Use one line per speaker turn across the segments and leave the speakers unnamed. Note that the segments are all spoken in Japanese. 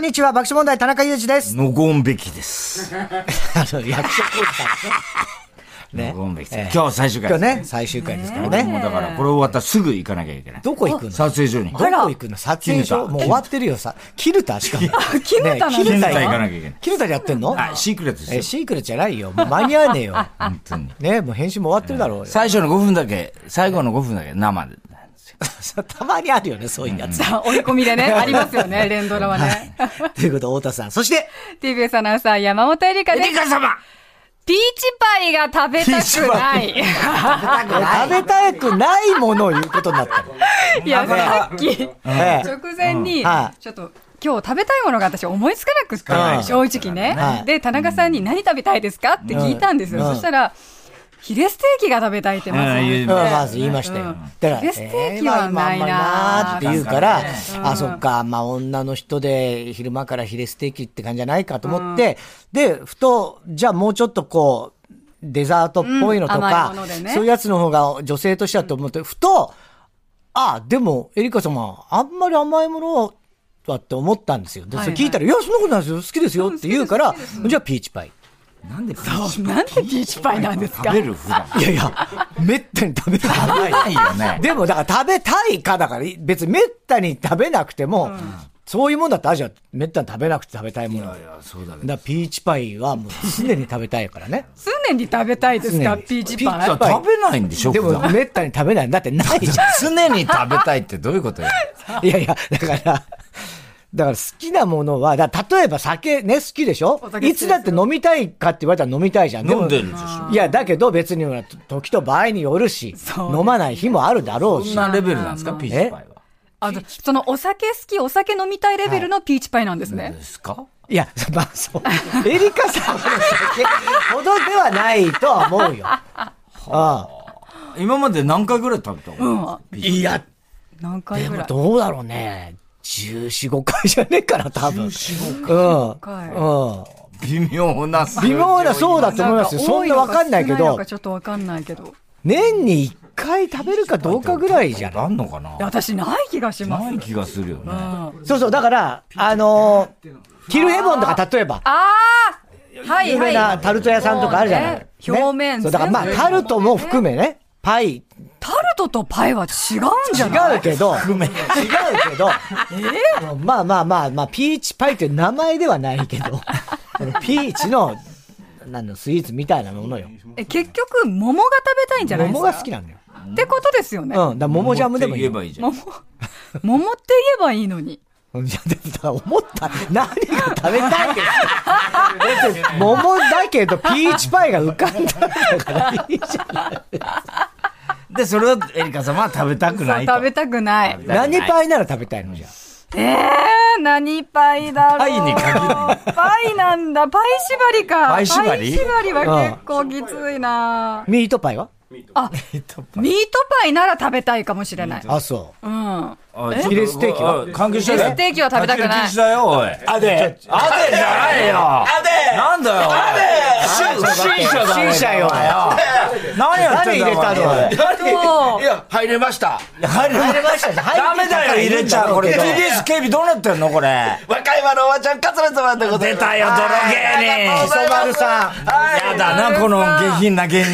んにちは、爆笑問題田中裕二 です。
のごんべきです。
あの、役所広司さんでしょね
のごんべき
え
で
え
す。今日最終回
今
で
日
す。
ね、最終回ですから
俺も
ね。
だから、これ終わったらすぐ行かなきゃいけない。
どこ行くの
撮影所に。
どこ行くの撮影所
絹田
もう終わってるよ、さ。キルタしかも。キ
ルタなんだ
キルタ
絹田行かなきゃいけない
キルタでやってんの
あ、シークレットです
え、
よ。
シークレットじゃないよ。もう間に合わねえよ。
本当に。
ねもう編集も終わってるだろうよ。
最初の5分だけ、最後の5分だけ生で。
さたまにあるよね、そういうやつ。
追い込み でね、ありますよね、連ドラはね。
ということで、太田さん。そして、
TBS アナウンサー山本エリカ
エ
で
リ
す。
カ様
ピーチパイが食べたくない。
食べたくないものを言うことになったの。
いや、さっき、
ええ
直前に
は、
ちょっと、今日食べたいものが私思いつかなくって
かない、
正直
は
ね
い。
で、田中さんに何食べたいですかって聞いたんですよ。
うん
そしたら、ヒレステーキが食べたいってまず言
う
っ
ん、
て。
まず言いましたよ。だから、
ヒレステーキは
えーまあ今あ
ない
んまりなー
なー
って言うから、
うん
あ、そっか、まあ女の人で昼間からヒレステーキって感じじゃないかと思って、で、ふと、じゃあもうちょっとこう、デザートっぽいのとか
うん甘い、ものでね
そういうやつの方が女性としてはと思って、ふと、あ、でも、エリカ様、あんまり甘いものはって思ったんですよ。で、それ聞いたら、いや、そんなことないですよ、好きですよって言うから、じゃあピーチパイ。
なんでピーチ
なんでピーチパイなんです
食
か
べる普段。
いやいや、めったに食べたくない。
ないよね。
でも、だから食べたいかだから、別にめったに食べなくても、そういうもんだったら、じゃあ、めったに食べなくて食べたいもの。だ
いや、そうだけど。
からピーチパイはもう常に食べたいからね。
常に食べたいです
常
か
に
ピーチ
ピ
パ
ッ
イ
ツァ
食べないんでしょ
で
普
も、
段。
めったに食べない。だってないじ
常に食べたいってど ういうことよ。
ゃん。いやいや、だから、だから好きなものは、だから例えば酒ね、好きでしょ
お酒好き
い
です
つ
よ
だって飲みたいかって言われたら飲みたいじゃん。も
飲んでるでしょ。
いや、だけど別にほら、時と場合によるし、
そう
飲まない日もあるだろう
そん
し。
なレベルなんですか、
まあ
ピーチパイは。
あとそのお酒好き、お酒飲みたいレベルのピーチパイなんですね
で。すか
いや、まあそう。エリカさんの酒ほどではないとは思 うよ。あ
今まで何回ぐらい食べたの
あいや、
何回
で
ぐら
も
い
どうだろうね。14、5回じゃねえかな、多分。14、
回
うん。うん。
微妙な数字
微妙な、そうだ
なん
と思いますよ。そんなわかんないけ
多のか少の
ど
か、ちょっとわかんないけど。
年に1回食べるかどうかぐらいじゃない
あんのかない
や私、ない気がしま
な
す
い。気がするよね。
そうそう、だから、あのー、キルヘボンとか例えば、
ああはい
有名
は。
ないタルト屋さんとかあるじゃない。
ね表面
そう、だからまあ、
全部
タルトも含めね、パイ、
タルトとパイは違うんじゃな
違
い
うけど、違うけど、まあまあまあまあ、ピーチパイという名前ではないけど、 このピーチの、なんのスイーツみたいなものよ。
え結局、桃が食べたいんじゃないです
桃
か
が好きなんだよ。
ってことですよね。
うん。だから桃ジャムでもいい。
言
い
えばいいじゃん。
桃、桃って言えばいいのに。
や、でもだから思った。何が食べたいですか桃だけど、ピーチパイが浮かんだんだからいいじゃん。
で、それをエリカ様は食べたく
そ
な
う
いと。
食べたくない。
何パイなら食べたいのじゃあ
えー、何パイだろう。
パイに限る
パイなんだ。パイ縛りか。
パイ縛り
は結構きついな、
ミートパイは
あ、ミートパイなら食べたいかもしれない。
あ、そう。
うん。
あちょっと
ヒレステーキは
あ関係者
ヒレステーキは食べたくない
禁止だよ、おい。あで。あでじゃないよ。あで。なんだよ、おい。不審者だ
不審者よ
何やって
誰
ん
入
だ
れたの
お前
そう
いや、入れました。
入れましたダメだよ、入れちゃう。これ、TBS 警備どうなってんのこれ。
和歌山のおばちゃん、桂様でござい
出
ます。
たよ、泥芸人。
磯丸さん。
やだな、この下品な芸人。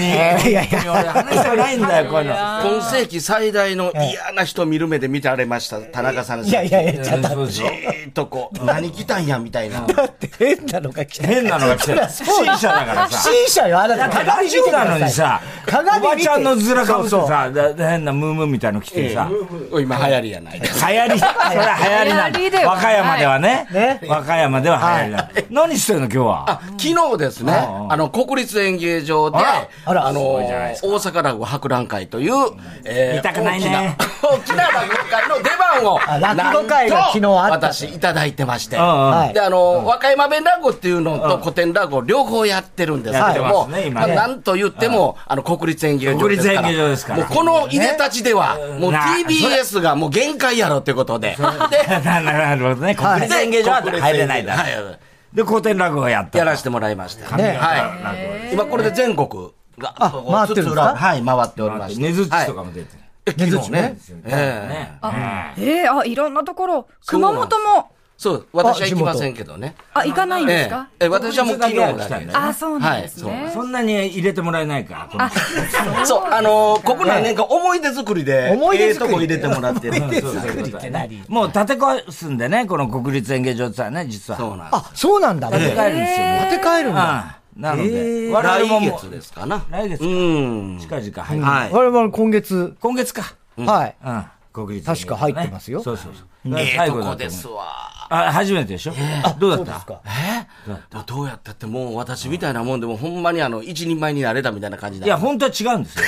いやいや、俺話したくないんだよ、こういうの。
今世紀最大の嫌な人見る目で見てられました、田中さんです。
いやいやいや、ちょっと
そう
じ
そう
ーっとこう、何来たんや、みたいな。
待って変なのが来た。
変なのが来てる。不審者だから
不
さ。
審者よ、あなた。
ラジオなのにさ、
鏡
おば
見て
ちゃんの面かぶって
そうそう
さ、だ変なムームーみたいの着てさ、流
今流行りやない。
行り、それは流行りなん
流行りで
だ。
は
和歌山ではね
ね。
和歌山では流行りなんだ。何してんの、今日は。
昨日ですね、あの、国立演芸場で、
あら
あら
あの、
いじゃない
大
です
阪落語博覧会という、え
見たくないね
大きな、 大きな落語会の出番を
あ、落語会が昨日あった
なんと私、いただいてまして。
うん
はい
で、あの、和歌山弁落語っていうのと古典落語両方やってるんですけど
やっ
も、
てますね今
まあ
ね
なんと言っても、あの、国立演芸場
国
ですから。
立演芸場ですから
もうこのいでたちでは、もう
な
TBS がもう限界やろってことで。で、
な なるほどね。国立演芸場は入れないだ。
はい
で、古典落語をやった。
やらせてもらいました。
ね
はい。今これで全国が、
回ってるんですか
はい、回っておりまして。
ねずっちと
は
かも出てる。
い。ねずっちね。
ええ
えー、あ、いろんなところ。熊本も。
そう、私は行きませんけどね。
あ、行かないん
え
です
え
か、
ええ、私はもう昨日
国立
だ
だけ来
けで
たんだ
す。
あ、そうなんですね。
そんなに入れてもらえないから、この
あ、
人
そう、あのーここ何年か思い出作りで、
思い出作り
ええとこ入れてもらってる。
そうそうそうそう
って何
もう建て壊すんでね、この国立演芸場ってのはね、実は。
そうなんです。
あ、そうなんだ。
建て替えるんですよ。もう
建て替えるんだ。
うんなので、我々も
来
も
月
う
ですかな。
来月
う
か
ん。
近々入る。
はい。
我々今月、
今月か。
はい。
うん。国立演芸
確
場ね
か入ってますよ
そうそうそう。
ええ
最
と
後だ
こと
思う
ですわ。
あ、初めてでしょあどうだった
えーどうやったってもう私みたいなもんでもほんまにあの、一人前になれたみたいな感じだ。
いや、本当は違うんですよ。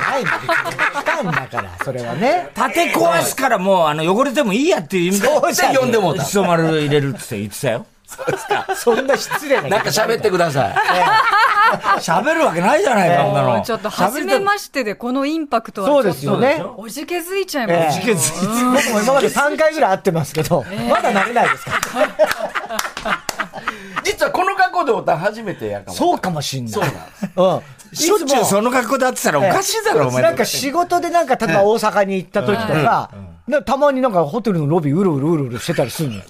ないんだ来たんだから、それはね。
建て壊すからもう、あの、汚れてもいいやっていう意味で。
そうじゃね呼んでもうた
ひそ丸入れるって言ってたよ。
そんな失礼な。
なんか喋ってください。
喋るわけないじゃないか、こんなの。
ちょっと、初めましてで、このインパクトはちょ
そ
っ
う
と。
ですよね。
おじけづいちゃい
ええ
ますよ。
僕も今まで3回ぐらい会ってますけど、まだ慣れないですか
実はこの格好でおったん初めてやかも。
そうかもしんない。そう
なんです
うん。
しょっちゅうそ
の
の格好で会ってたらおかしいだろ、お前。
なんか仕事でなんか、例えば大阪に行った時とか、なたまになんかホテルのロビーうろうろうろうろしてたりするのよ。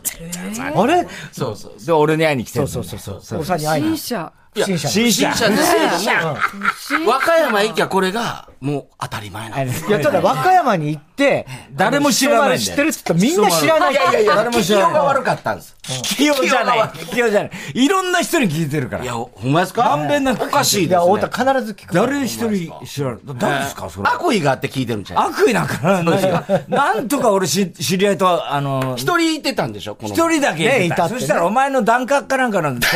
あれ
そうそう。
で、俺に会いに来て
そ
る
うん
だ
そ
よ
うそうそう。おさに会い
新
に。
車。
不審者。
新車
新。車ですけども
新
和歌山行きゃこれがもう当たり前なんです。
いや、ただ和歌山に行って、
誰も知らないんだよ
人まで知ってるって言ったらみんな知らない
い。やいやいや、
誰も
聞
知
き
らな
よ
いう
が悪かったんです。
聞きようじゃない。聞きようじゃない。いろんな人に聞いてるか
い
ら。
や、ほんまですか
まんべんなく
おかしい
い
で
や、
す
太
ね。
田必ず聞く。
誰一人知らない。誰ですか、それ。
悪意があって聞いてるんじゃない
悪意なんかないよ。なんとか俺し知り合いと、あの、
一人いてたんでしょこの
一人だけ
ねいたってね
そしたらお前の段格かなんかなん で、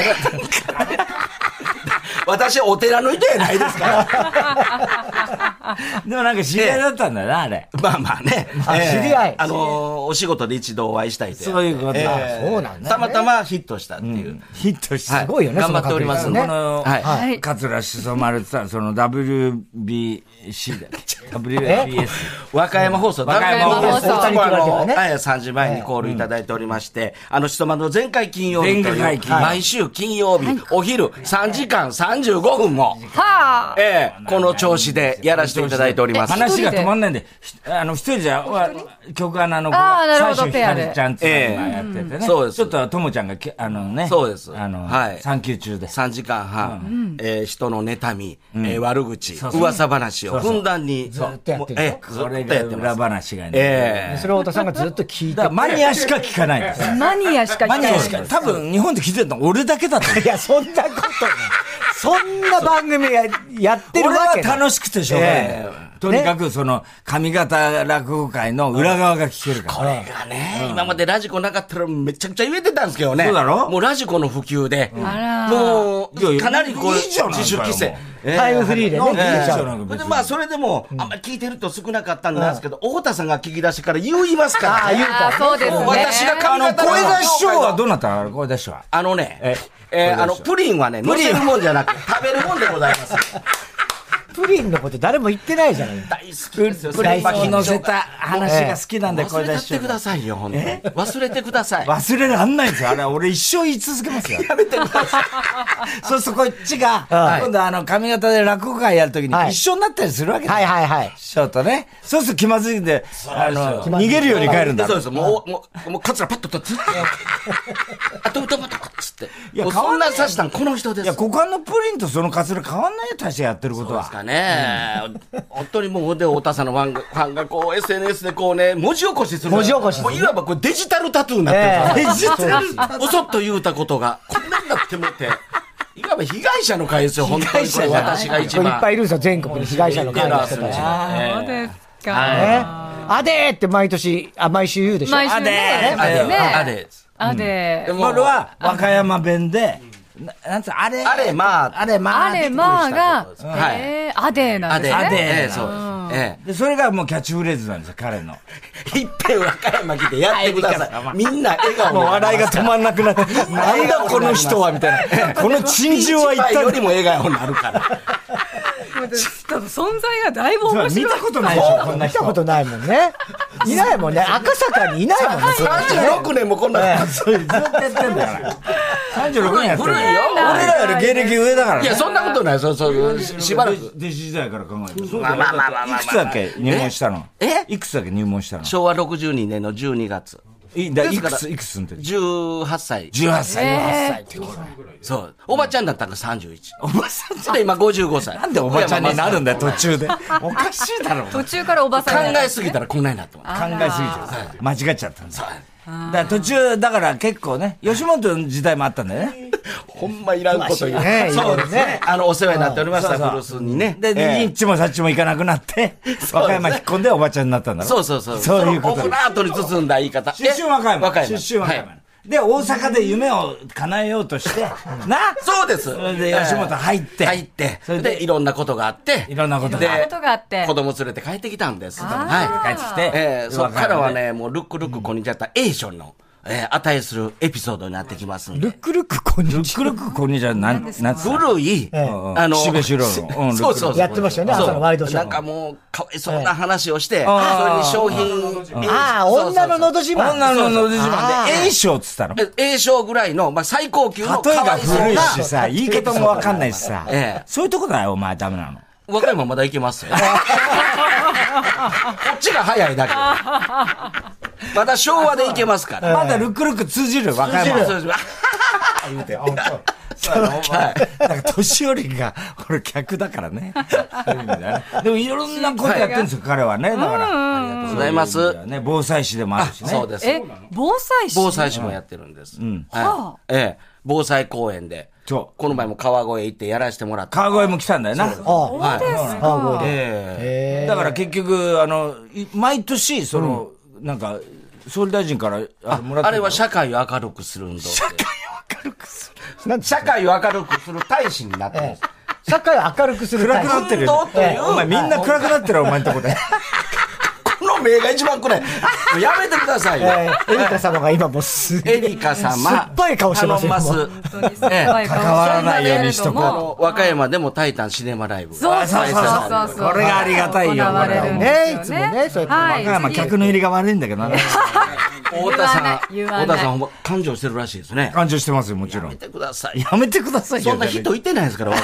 私はお寺の人やないですから。
でもなんか知り合いだったんだよな、あれ。
まあまあね。
あ
ええ
知り合い
あのー、お仕事で一度お会いしたいと。
そういうことだ
ええ
そうなんだね
たまたまヒットしたっていう。
ヒットして。
は
すごいよね
頑張っております
そ
ん
の
で。
確率
この、
はい
は
はい
桂しそ丸ってさ、その WBC だっけ ?WBS。
和歌山放送、
和歌山放送
いつもあの、
ね
はい3時前にコールいただいておりまして、あの、ひとまの前回金曜日と
前回
いう、
金曜日
毎週金曜日、お昼3時間35分も、
はあ。
ええ、この調子でやらせていただいております。
話が止まんないんで、ひあの、一人じゃ、わ曲穴の子
あーなるほど
最初ひかりちゃんっていうのがやっててね。
そうです
ちょっとともちゃんがき、あのね。
そうです
あの、
はい
産休中です。
3時間半、えー人の妬み、えー悪口、噂話をふんだんに、ず
っとやってる
ええず
それ
っと
が
やってま
裏
す。
話がね。
え
それを太田さんがずっと聞いて
だからマニアしか聞かないんです。
マニアしか聞
マ
か
ニ
ない
アしか。多分、日本で聞いてるの俺だけだと思う。
いや、そんなことない。そんな番組ややってる
俺
わ
は
けない
楽しくてしょうがない。とにかく、その、上方落語会の裏側が聞けるから。
えがね、今までラジコなかったらめちゃくちゃ言えてたんですけどね。
そうだろ
もうラジコの普及で、
あら
も、
いやいうや
かなりこう、
いいじゃないかよ
自主規制
も。
ええ
タイムフリーでね
なんでいい
聞いち
じ
ゃ
ゃ
う。
ないか別
で
に。
まあ、それでも、あんまり聞いてると少なかったんですけど、太田さんが聞き出してから言いますから、
ああ、言う
あ
と。
そうですね。
私が
あ
考
の、
えた
小枝師匠はどうなったの小枝師匠は。
あのね、
え
え
え
ーあの、プリンはね、乗せるもんじゃなくて、食べるもんでございます。
プリンのこと誰も言ってないじゃない。
大好きですよ、
プリン
それ
乗せた話が好きなんで、
忘
小
れ
枝
た
師
って
匠
く。ださいよ、ほんとに忘れてください。
忘れらんないんですよ。あれ、俺一生言い続けますよ。やめてください。 そうするとこっちが、
はい
今度あの、髪型で落語会やるとき
は
に
い
一緒になったりするわけだ
はい
よ。
はいはい。
師匠とね。そうすると気まずいんで、あの、
気まず
逃
い
げるように帰るんだ
そう。です、もう、もう、もう、カツラパッと取って、 あ、どうどうどうどうつって。
いや
もうそんなさしたん、この人で
い
す。
や、
そう
股間のプリンとそのカツラ変わんないよ、大してやってること
です
は。
かね。本当にもう、で、太田さんのファンが、ファンがこう、SNS でこうね、文字起こしする。
文字起こしです
も
ね
ういわばこうデジタルタトゥーになってるから。
ええ
実は
おそっと言うたことが、こんなんなってもって、いわば被害者の会ですよ、本当に。これ私が一
これいっ
番。
ぱいいるんですよ、全国に被害者の会の人たち。ね。
そうですか。
あでーって毎年、あ、毎週言うでしょ。
毎週ね。
あれ、
ね
あれ。
あで、
も
これは、和歌山弁で、ななんつうあれ、
あれ、まあ、
あれ、ま
あ
あ、
れ、まあが
うんは、い
えー、あでな
あ
ん
で、
です
あで、
ね。
ええそうです。え
で、それがもうキャッチフレーズなんですよ、彼の。
え。いっぺん和歌山来てやってください。みんな笑顔
もう笑いが止まんなくなって、なんだこの人は、みたいな。この珍獣は一
一
体
よりも笑顔になるから。
多分存在がだいぶ面白い。
見たことないでしょ、こんな
見た
人。
ことないもんね。いないもんね。赤坂にいないもんね。そんな人ね
36年もこんなの。
そうずっとやってんだから。36年やってる。
古いよ
俺らより芸歴上だからね。
いや、そんなことない。そうそう、ししばらく。。
弟子時代から考えて。
まあまあまあまあまあま
い
あ
くつだっけ入門したの
え
いくつだっけ入門したの
昭和62年の12月。
いだいく
ですか
つ、
ら
いくつの時
18歳。
?18 歳。
え
そう。おばちゃんだったのが31。おばさんって今55歳。
なんでおばちゃんになるんだよ、途中で。おかしいだろ、お
ー、
前
途中からおば
考
さんにな
え
る
すぎたらこんなになってます。
考えすぎちゃう。間違っちゃったんだ。だから途中、だから結構ね、吉本の時代もあったんだよね。
ほんまいらんこと言う。
ね
そうですね。あの、お世話になっておりまし
そうそ
た、
う
ブルースにね。
で、
え
に
え
っちもさっちも行かなくなって、和歌山引っ込んでおばちゃんになったんだろ
そうそうそう。
そういうこと
そのオフラートに包んだ言い方。
出身和歌山。
和歌山。
出身和歌山
はい。
で、大阪で夢を叶えようとして、な
そうです。
それで吉本入って
入って。
そ
それ
れで
で、いろんなことがあって。
いろんなことが
で
そんなことがあって
子供連れて帰ってきたんです。
帰
は
っ
い。
てきて、
ええそっから
和
は
歌山で、
ね、もう、ルックルックこんにちはった、エーションの、ええ値するエピソードになってきますんで
ルッ。クルックこん
ル
に
ッ
ち
クルックこんにちは、なん、なんつうの
古
ん
い、あの、
岸辺四郎のうん
そうそうそう。
やってましたよね
そう
朝のワイドショー
なんかもう、かわいそうな話をして、
あー
それに商品、
は。ああ、
そうそうそう
女ののど自慢。
女ののど自慢
あ
で、
ー
A 賞っつったの。例
え A 賞ぐらいの、まあ、最高級の
え
か
が
わいそう
古い
な、
しさ、言い方もわかんないしさ
ええ、
そういうとこだよ、お前ダメなの。
和歌山まだ行け ますよ。こっちが早いだけ。まだ昭和で行けますから。
まだルックルック通じる、和歌山。
そう です
はい。なんか年寄りが、俺客だからね。そういう意味だねでもいろんなことやってるんですよ、彼はね。だから。ありがとう
ございます
ね、防災士でもあるしね。
そうです。
え、防災士
防災士もやってるんです。
は
はい。ええ、防災公園で。
そう
この前も川越行ってやらせてもらった。
川越も来たんだよな。
ああ、
はい。
ああ、
ええ
だから結局、あの、い毎年、その、なんか、総理大臣からあれもらって
あれ
る
は社会を明るくする運動で。
なんで
社会を明るくする大使になってます。
社会を明るくする
暗
大
く
使。
なってるよ
運動という
お前みんな暗くなってるよお前んとこで。
この目が一番暗い。もうやめてくださいよ。
えーエリカ様が今もうすげえ
エリカ様。
酸っぱい顔してますよ
頼ます
本当に酸っぱい顔
関わらないようにしとこう
そんな
あ
ね
の、和歌山でもタイタンシネマライブ。
そうそうそうそうそう。
これがありがたいよ
行われるんですよ
これはねいつもねそうやって
は
和歌山
次
客の入りが悪いんだけどな。
太田さん、
言わない
太田さんほんま感情してるらしいですね。や
感情してますよ、もちろん
め。てくださいよ。
やめてくださいよ。
そんな人いてないですから、和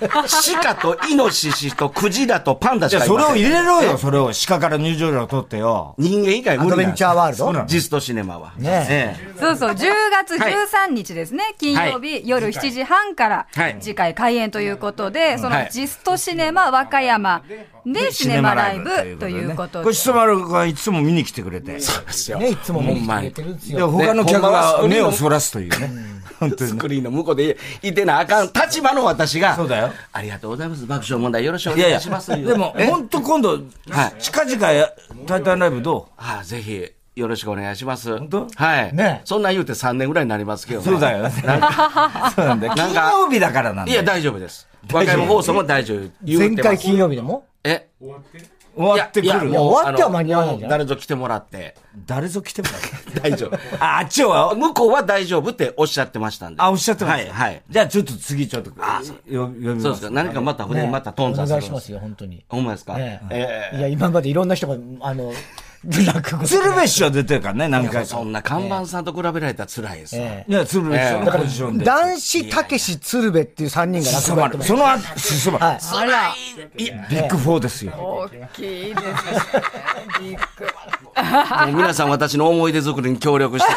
歌山。鹿とイノシシとクジラとパンダし
じゃあ
かい
そ
ま
れ
せ
を
ん
入れろよ、それを。鹿から入場料を取ってよ。
人間以外
ア
無
ド
理
ベ
なん
ン
で
チ
す
ャーワールド
そうなの
ジストシネマは。
ね
ええ
そうそう、10月13日ですね、金曜日、夜7時半から
はい、
次回開演ということで、その
はい
ジストシネマ和歌山でシネマライブということ
これ、
で。
シソマルがいつも見に来てくれて。
ね、いつも
ほ
見
ん
に
ま
来
に
てくれてるんです
で
よ。
他の客が目をそらすというね。 本当に
ス
ね。
クリーンの向こうでいてなあかん立場の私が、
そうだよ。
ありがとうございます。爆笑問題よろしくお
いやいや、
願いします。
でも、
え
本当今度、
はい
近々や、タイタンライブど
はあ、ぜひ、よろしくお願いします。本
当
はい。
ね
そんなん言うて3年ぐらいになりますけど、
うそうだよ。
なんか。
そうなんだよ。
なん
金
か
曜日だからなんだ
い
よ
や、大丈夫です。和歌山放送も大丈夫。言う
前
てま
回
す
金曜日でも
え
終わってく
いやい
る
やも
よ。
う
終わっては間に合わ
あ
ないん
のも
じゃな
う
い
誰ぞ来てもらって。
誰ぞ来てもらう。
大丈夫。
あ、あっちは、
向こうは大丈夫っておっしゃってましたんで。
あ、おっしゃってます。
はい、はい。
じゃあちょっと次ちょっと、よ呼びます。
そうですか。何かまた筆、また
お
頓
願
挫
い
す
し
る
ますよ、本当に。
ほんまですか
ね
え
いや、今までいろんな人が、あの、落語とか
鶴瓶師は出てるからね、何
え。
回か
そ。んな看板さんと比べられたら辛いですわ。
え
いや、鶴瓶師
ええ
のポジションで。
男子、たけし、鶴瓶っていう3人が落
そ
語やって
の
ます。
その後、進ま
はい
る。
あら、
ビッグフォーですよ。
大きいですね。ビッグ
もう皆さん私の思い出作りに協力 して。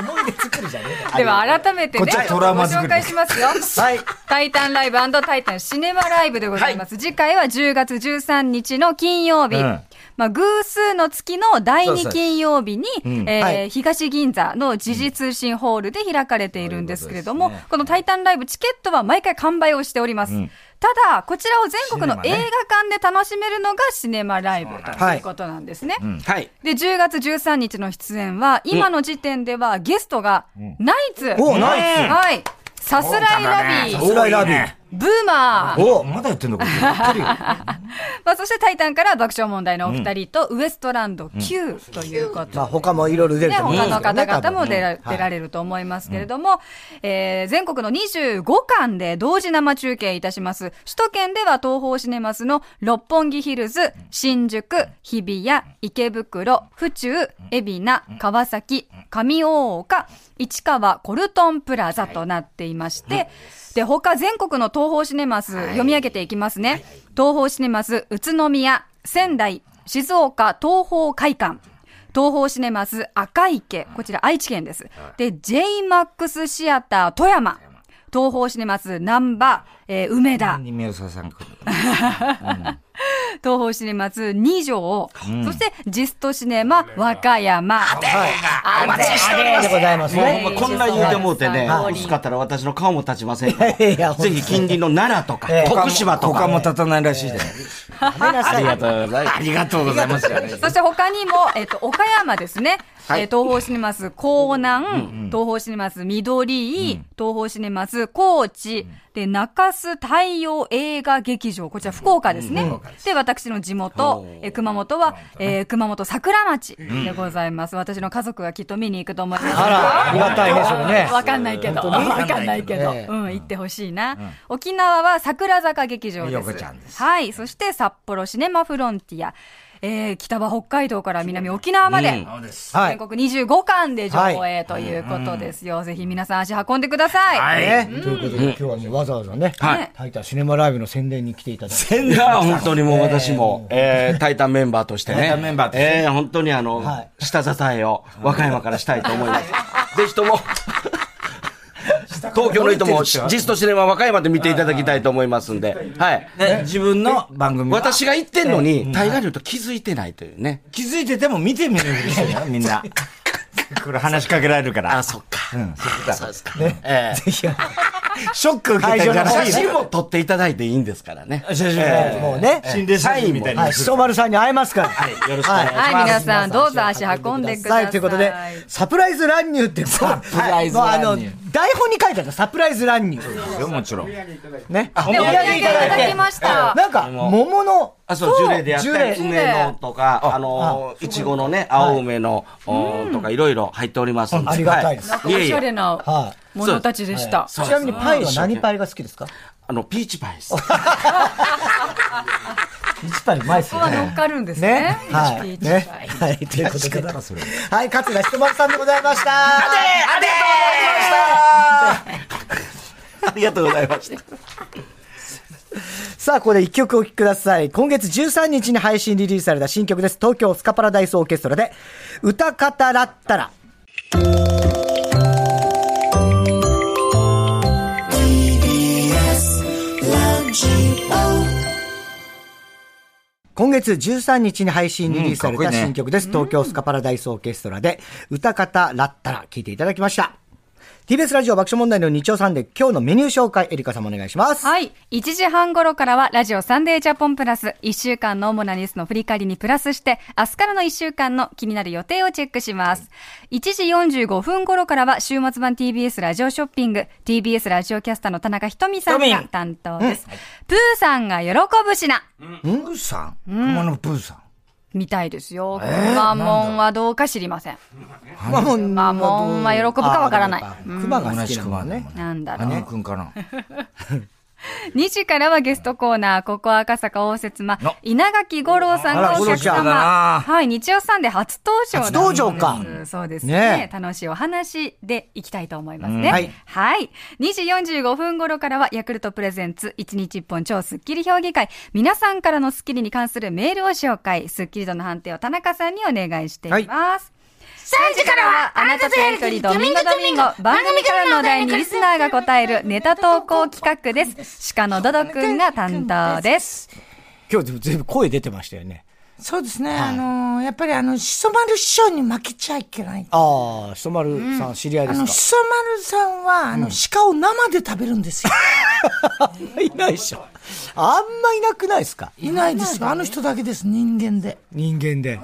思い出作りじゃねえ
では改めて
こ
ね、
っちは
ちょ
ト
っ
ラ
と
ウ
ご
マ作
紹
り
介しますよ。
はい。
タイタンライブタイタンシネマライブでございます。次回は10月13日の金曜日。
うん
まあ、偶数の月の第
そうそう
2金曜日に、えー
はい
東銀座の時事通信ホールで開かれているんですけれども、このタイタンライブチケットは毎回完売をしております。ただ、こちらを全国
シネ
の
マね
映画館で楽しめるのがシネマライブということなんですね。
はい。
で、10月13日の出演は、今の時点ではゲストが、ナイツ。
おナイ
イツはい。さすらいラビ
さ
ー。
すらいラビー。
ブーマー。
おまだやってんのこれ。やってるよ。
まあ、そしてタイタンから爆笑問題のお二人と、ウエストランド Q ということで
まあ、他もいろいろ出る
ね、
と思うんで
他
す
の
けどね。
方々も出ら,、
多分
出られると思いますけれども、えー全国の25館で同時生中継いたします。首都圏では東宝シネマスの六本木ヒルズ、新宿、日比谷、池袋、府中、海老名、川崎、上大岡、市川、コルトンプラザとなっていまして、で、他全国の東宝シネマス、読み上げていきますね。東宝シネマス、宇都宮、仙台、静岡、東宝会館。東宝シネマズ赤池、こちら愛知県です。で、JMAX シアター富山、東宝シネマズ難波、えー梅田、
に宮沢さん来る。
東宝シネマズ二条、そしてジストシネマ和歌山。
お待ちしており
ありがとうございます
もう
ね。
ほんまこんな言うてもうてね、
はい
薄かったら私の顔も立ちませんから。
いやいやほんと
ぜひ近隣の奈良とか、
ええ
徳島と
他
か。
も立たないらしいで。
ごめんなさい。
ありがとうございます。
そして他にも、えっと、岡山ですね。えー東宝シネマス江南、東宝シネマス緑井、東宝シネマス高知、で、中洲太陽映画劇場、こちら福岡ですね。で、私の地元、えー熊本は、えー熊本桜町でございます。私の家族がきっと見に行くと思います。
あら、ありがたいね、それね。
わかんないけど、わかんないけど、
ええ
うん、行ってほしいな、沖縄は桜坂劇場です。
よこちゃんです
はい、そして札幌シネマフロンティア、えー、北は北海道から南沖縄まで、
そうです。
は
全
い。
国25巻で上映ということですよ。ぜひ皆さん足運んでください。
はい。
ねということで、今日はね、わざわざね、
はい
タイタンシネマライブの宣伝に来ていただいて。
いや本当にもう私も、えー、タイタンメンバーとしてね。
タイタンメンバーとして
えー、本当にあの、
はい
下支えを和歌山からしたいと思います。ぜひとも、東京の人も、ジストシネマ和歌山で見ていただきたいと思いますんで、はい。
ね自分の番組は
私が言ってんのに、大河流と気づいてないというね。
気づいてても見てみるふりしてよ、みんな。これ話しかけられるから。
あ、そっか。そうですか。ええ
ショック受けてるから。
写真も撮っていただいていいんですからね。
写真
えーもうね
心霊写真みたいに。
はい、しそ丸さんに会えますから。はい、
よろしくお願いします。
はい、皆さんどうぞ足運んでください。
ということで、サプライズ乱入ってサプライズ乱入。もうあの、台本に書いてあったサプライズ乱入。
よ、もちろん。
ね。
で、お土産いただきました。
なんか、桃の、
あ、そう、ジュレでやったやつ
ジ
ュレ
梅のとか、あのー、いちごのね、青梅の、おーとか、いろいろ入っておりますんで。
ありがたいです
なんかおしゃれな
は
ものたちでした。
い。ちなみにパイは何パイが好きですか
あの、ピーチパイです。
一パイうまいっす
こ
よ
こは
ね。
乗っかるんです
ね
ね。。
はい。
PHI
ね。はい。ということで。はい、勝田ひとまさんでございました。
ありがとうございました。
さあ、ここで一曲お聴きください。今月13日に配信リリースされた新曲です。東京スカパラダイスオーケストラで、歌方ラッタラ。今月13日に配信リリースされ
うん
た
かっこいいね
新曲です。東京スカパラダイスオーケストラで、歌方ラッタラ、聴いていただきました。TBS ラジオ爆笑問題の日曜サンデー、今日のメニュー紹介、エリカ様お願いします。
はい。1時半頃からは、ラジオサンデージャポンプラス、1週間の主なニュースの振り返りにプラスして、明日からの1週間の気になる予定をチェックします。1時45分頃からは、週末版 TBS ラジオショッピング、TBS ラジオキャスターの田中ひとみさん
ひと
が
み
担当です。プーさんが喜ぶ品。
プーさん熊のプーさん。
みたいですよ。くまモンはどうか知りません。
くまモン
まあもうまあ喜ぶかわからない
あでもやっぱ熊が好
同
き
じ
な
く
の
ま
ね。
なんだろう
羽生くんかな。
2時からはゲストコーナー、ここ赤坂応接間、稲垣吾郎さんがお
あら
客
五郎ちゃんだな
様。はい、日曜さんで初登場なんです。
初登場か
そうです
ね
ね。楽しいお話でいきたいと思います
う
ね。
んは
はいい。2時45分頃からは、ヤクルトプレゼンツ、1日1本超スッキリ評議会。皆さんからのスッキリに関するメールを紹介。スッキリ度の判定を田中さんにお願いしています。3時からは、あなたとやりとりドミンゴドミンゴ。番組からのお題にリスナーが答えるネタ投稿企画です。鹿のドドくんが担当です。
今日でも全部声出てましたよね。
そうですね、あのーやっぱりあの、しそ丸師匠に負けちゃいけない。
ああ、ひとまるさん知り合い
あ
で
の、し
す
そ丸さんは、あの、鹿を生で食べるんですよ。
かいないでしょ。あんまいなくないですか
いないですよ。あの人だけです、人間で。
人間で。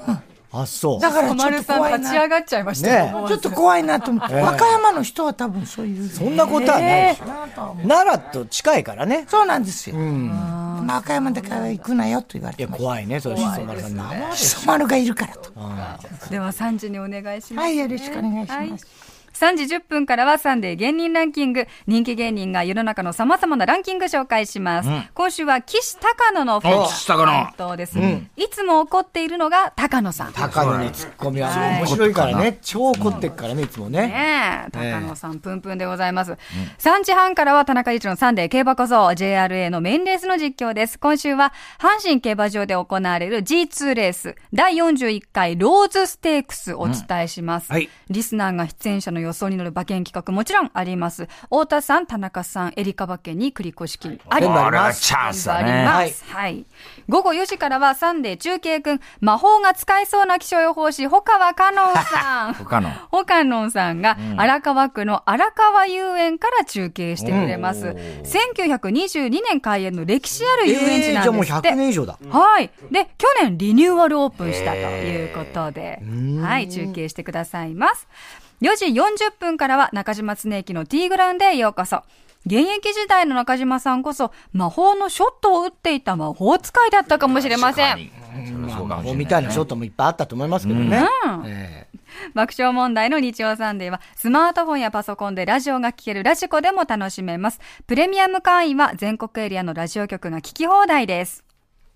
あ、そう。
だから
小
ちょっ
丸
と
さ
怖
ん
い
立ち上
な。
がっちゃいました
ね
よ
え
もう
ちょっと怖いなと思って、和歌山の人は多分そういう。
そんなことはないでしょ。奈良と近いからね。
そうなんですよ。うん和歌山だから行くなよと言われ
い
て
や、
まし
怖いね、それ、ひとまるさん。生
た。しそ丸がいるからと。
では3時にお願いします。
はい、よろしくお願いします。
はい3時10分からはサンデー芸人ランキング。人気芸人が世の中の様々なランキング紹介します。今週は岸高野のフェ
お岸高野
担当です、いつも怒っているのが高野さん。
高野のツッコミは面白いからね。超怒ってっからね、いつもね。
ねえ、高野さん、プンプンでございます。3時半からは田中一のサンデー競馬こそ JRA のメインレースの実況です。今週は阪神競馬場で行われる G2 レース第41回ローズステークスお伝えします。
はい
リスナーが出演者の予想に乗る馬券企画もちろんあります。太田さん、田中さん、エリカ馬券に繰り越し金あり
全部あります
これはチャンスだね。
あります。はい。午後4時からはサンデー中継くん、魔法が使えそうな気象予報士、ほかわかのんさ ん。
ほかのん
ほかのんさんが、荒川区の荒川遊園から中継してくれます。1922年開園の歴史ある遊園地
えー
な
じゃあ
ん
もう
ですって。
100年以上だ。
はい。で、去年リニューアルオープンしたということで、はい、中継してくださいます。4時40分からは中島常駅の T グラウンドへようこそ。現役時代の中島さんこそ魔法のショットを打っていた魔法使いだったかもしれません。
そりゃそうか
も
もしれな
う
い
みたいなショットもいっぱいあったと思いますけどね。えー
爆笑問題の日曜サンデーは、スマートフォンやパソコンでラジオが聴けるラジコでも楽しめます。プレミアム会員は全国エリアのラジオ局が聞き放題です。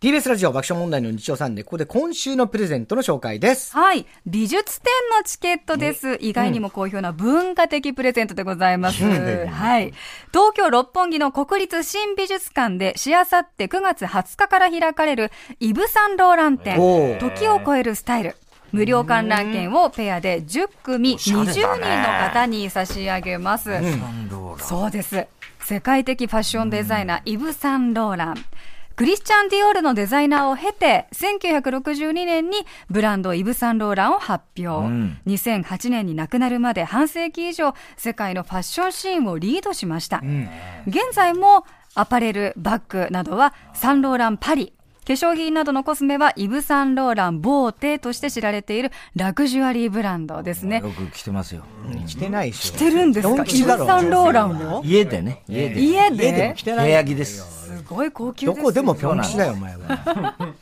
TBS ラジオ爆笑問題の日曜さんで、ここで今週のプレゼントの紹介です。
はい。美術展のチケットです。意外にも好評な文化的プレゼントでございます。はい。東京六本木の国立新美術館で、しあさって9月20日から開かれる、イブ・サンローラン展
お、ー
時を超えるスタイル。無料観覧券をペアで10組20人の方に差し上げます。そうです。世界的ファッションデザイナー、イブ・サンローラン。クリスチャン・ディオールのデザイナーを経て、1962年にブランドイブ・サンローランを発表。2008年に亡くなるまで半世紀以上、世界のファッションシーンをリードしました。現在もアパレル、バッグなどはサンローラン・パリ。化粧品などのコスメはイブ・サンローラン・ボーテとして知られているラグジュアリーブランドですね
よ。く来てますよ。
着てないでしょ。
知ってるんです
ド
か
ン
イ
キチ
ブ・
だろ
サンローランを
家でね。家で。
家
家でも
で
着
部
てない。
屋着です。
すごい高級で
ど
すよ
こでもぴょん吉だよ、お前は。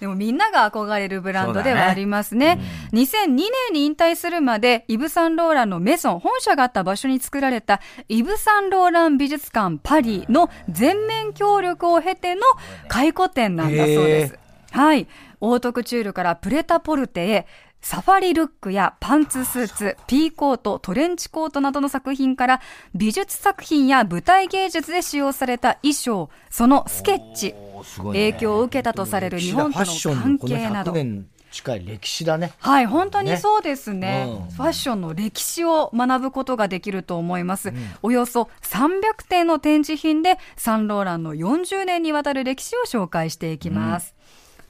でもみんなが憧れるブランドで
そうだ
は
ね
ありますね。2002年に引退するまで、イブ・サンローランのメゾン、本社があった場所に作られた、イブ・サンローラン美術館パリの全面協力を経ての回顧展なんだそうです。はい。オートクチュールからプレタポルテへ、サファリルックやパンツスーツ、ピーコート、トレンチコートなどの作品から美術作品や舞台芸術で使用された衣装、そのスケッチ、影響を受けたとされる日
フ
本と
ァッション
の
の
関
この
係な
100
ど。
年近い歴史だね。
はい、本当にそうです
ね
ね
うん
ファッションの歴史を学ぶことができると思います。およそ300点の展示品で、サンローランの40年にわたる歴史を紹介していきます。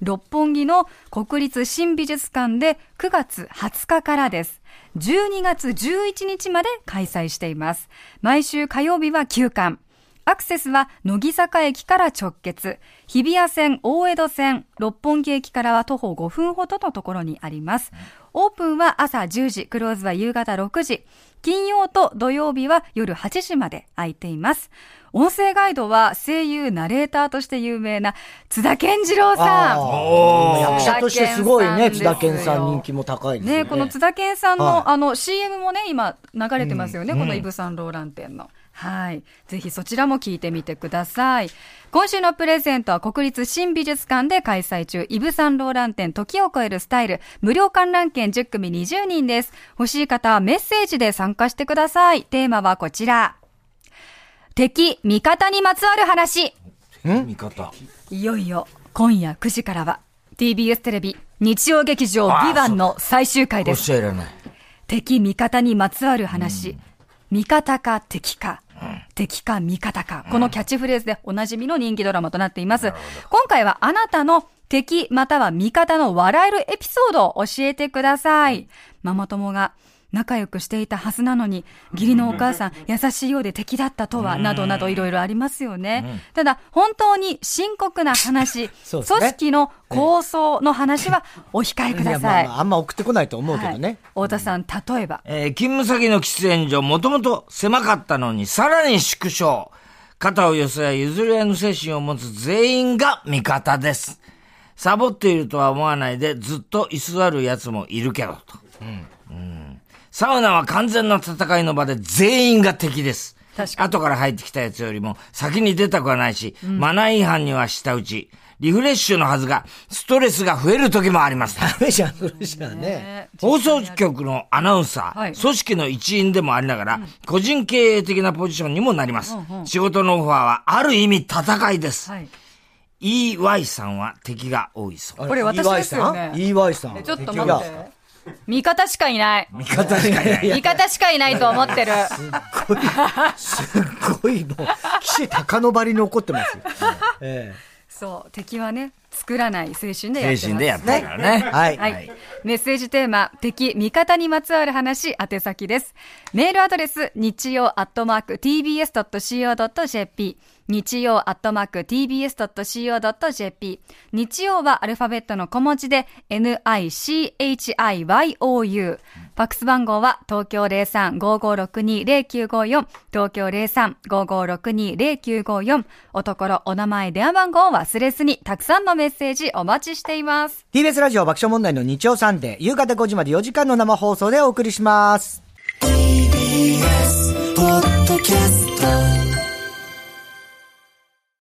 六本木の国立新美術館で9月20日からです。12月11日まで開催しています。毎週火曜日は休館。アクセスは乃木坂駅から直結。日比谷線、大江戸線、六本木駅からは徒歩5分ほどのところにあります。オープンは朝10時、クローズは夕方6時。金曜と土曜日は夜8時まで空いています。音声ガイドは声優、ナレーターとして有名な津田健次郎さん。
ああ、役者としてすごいね、津
津
田
田
健
健
さ
さ
ん
ん
人気も高いですよ
ね、
ね。
この津田健さんの、
はい
あの CM もね今流れてますよね、このイブ・サンローラン店の。はい。ぜひそちらも聞いてみてください。今週のプレゼントは国立新美術館で開催中、イブ・サンローラン展時を超えるスタイル、無料観覧券10組20人です。欲しい方はメッセージで参加してください。テーマはこちら。敵、味方にまつわる話。
味方。
いよいよ今夜9時からは TBS テレビ日曜劇場「
あー
ビバンの最終回
お
で
っ
す。
しゃいらない。
敵味方にまつわる話、味方か敵か、敵か味方か、このキャッチフレーズでおなじみの人気ドラマとなっています。今回はあなたの敵または味方の笑えるエピソードを教えてください。ママ友が仲良くしていたはずなのに、義理のお母さん優しいようで敵だったとは、などなどいろいろありますよね。ただ、本当に深刻な話、
そうですね
組織の構想の話はお控えく
い
だ
やま
さ
あ
い
ま。あ、あんま送ってこないと思うけど
は い
ね。
太田さん、例えば。
えー勤務先の喫煙所、もともと狭かったのに、さらに縮小。肩を寄せ合い、譲り合いの精神を持つ全員が味方です。サボっているとは思わないで、ずっと居座る奴もいるけど、と。うん。うんサウナは完全な戦いの場で全員が敵です。
確かに
後から入ってきたやつよりも先に出たくはないし、マナー違反にはしたうち、リフレッシュのはずが、ストレスが増える時もあります。
ダメじゃん、それじゃあね。
放送局のアナウンサー、
はい
組織の一員でもありながら、個人経営的なポジションにもなります。仕事のオファーはある意味戦いです。
はい。
EY さんは敵が多いそう。
これ私ですよね
EY さん ?EY さん。
ちょっと待って。味方しかいな い。味方しかいないと思ってる。
すごいもう、岸高野張りに怒ってますよ。え
そう、敵はね、作らない精神でやって
精神
ます。
でやってるからね。
えはい。
はい。メッセージテーマ、敵、味方にまつわる話、宛先です。メールアドレス、日曜アットマーク tbs.co.jp。日曜アットマーク tbs.co.jp。日曜はアルファベットの小文字で、nichiou。ファックス番号は東京03-5562-0954。東京03-5562-0954。おところ、お名前、電話番号を忘れずに、たくさんのメッセージお待ちしています。
TBS ラジオ爆笑問題の日曜サンデー、夕方5時まで4時間の生放送でお送りします。
ポッドキャスト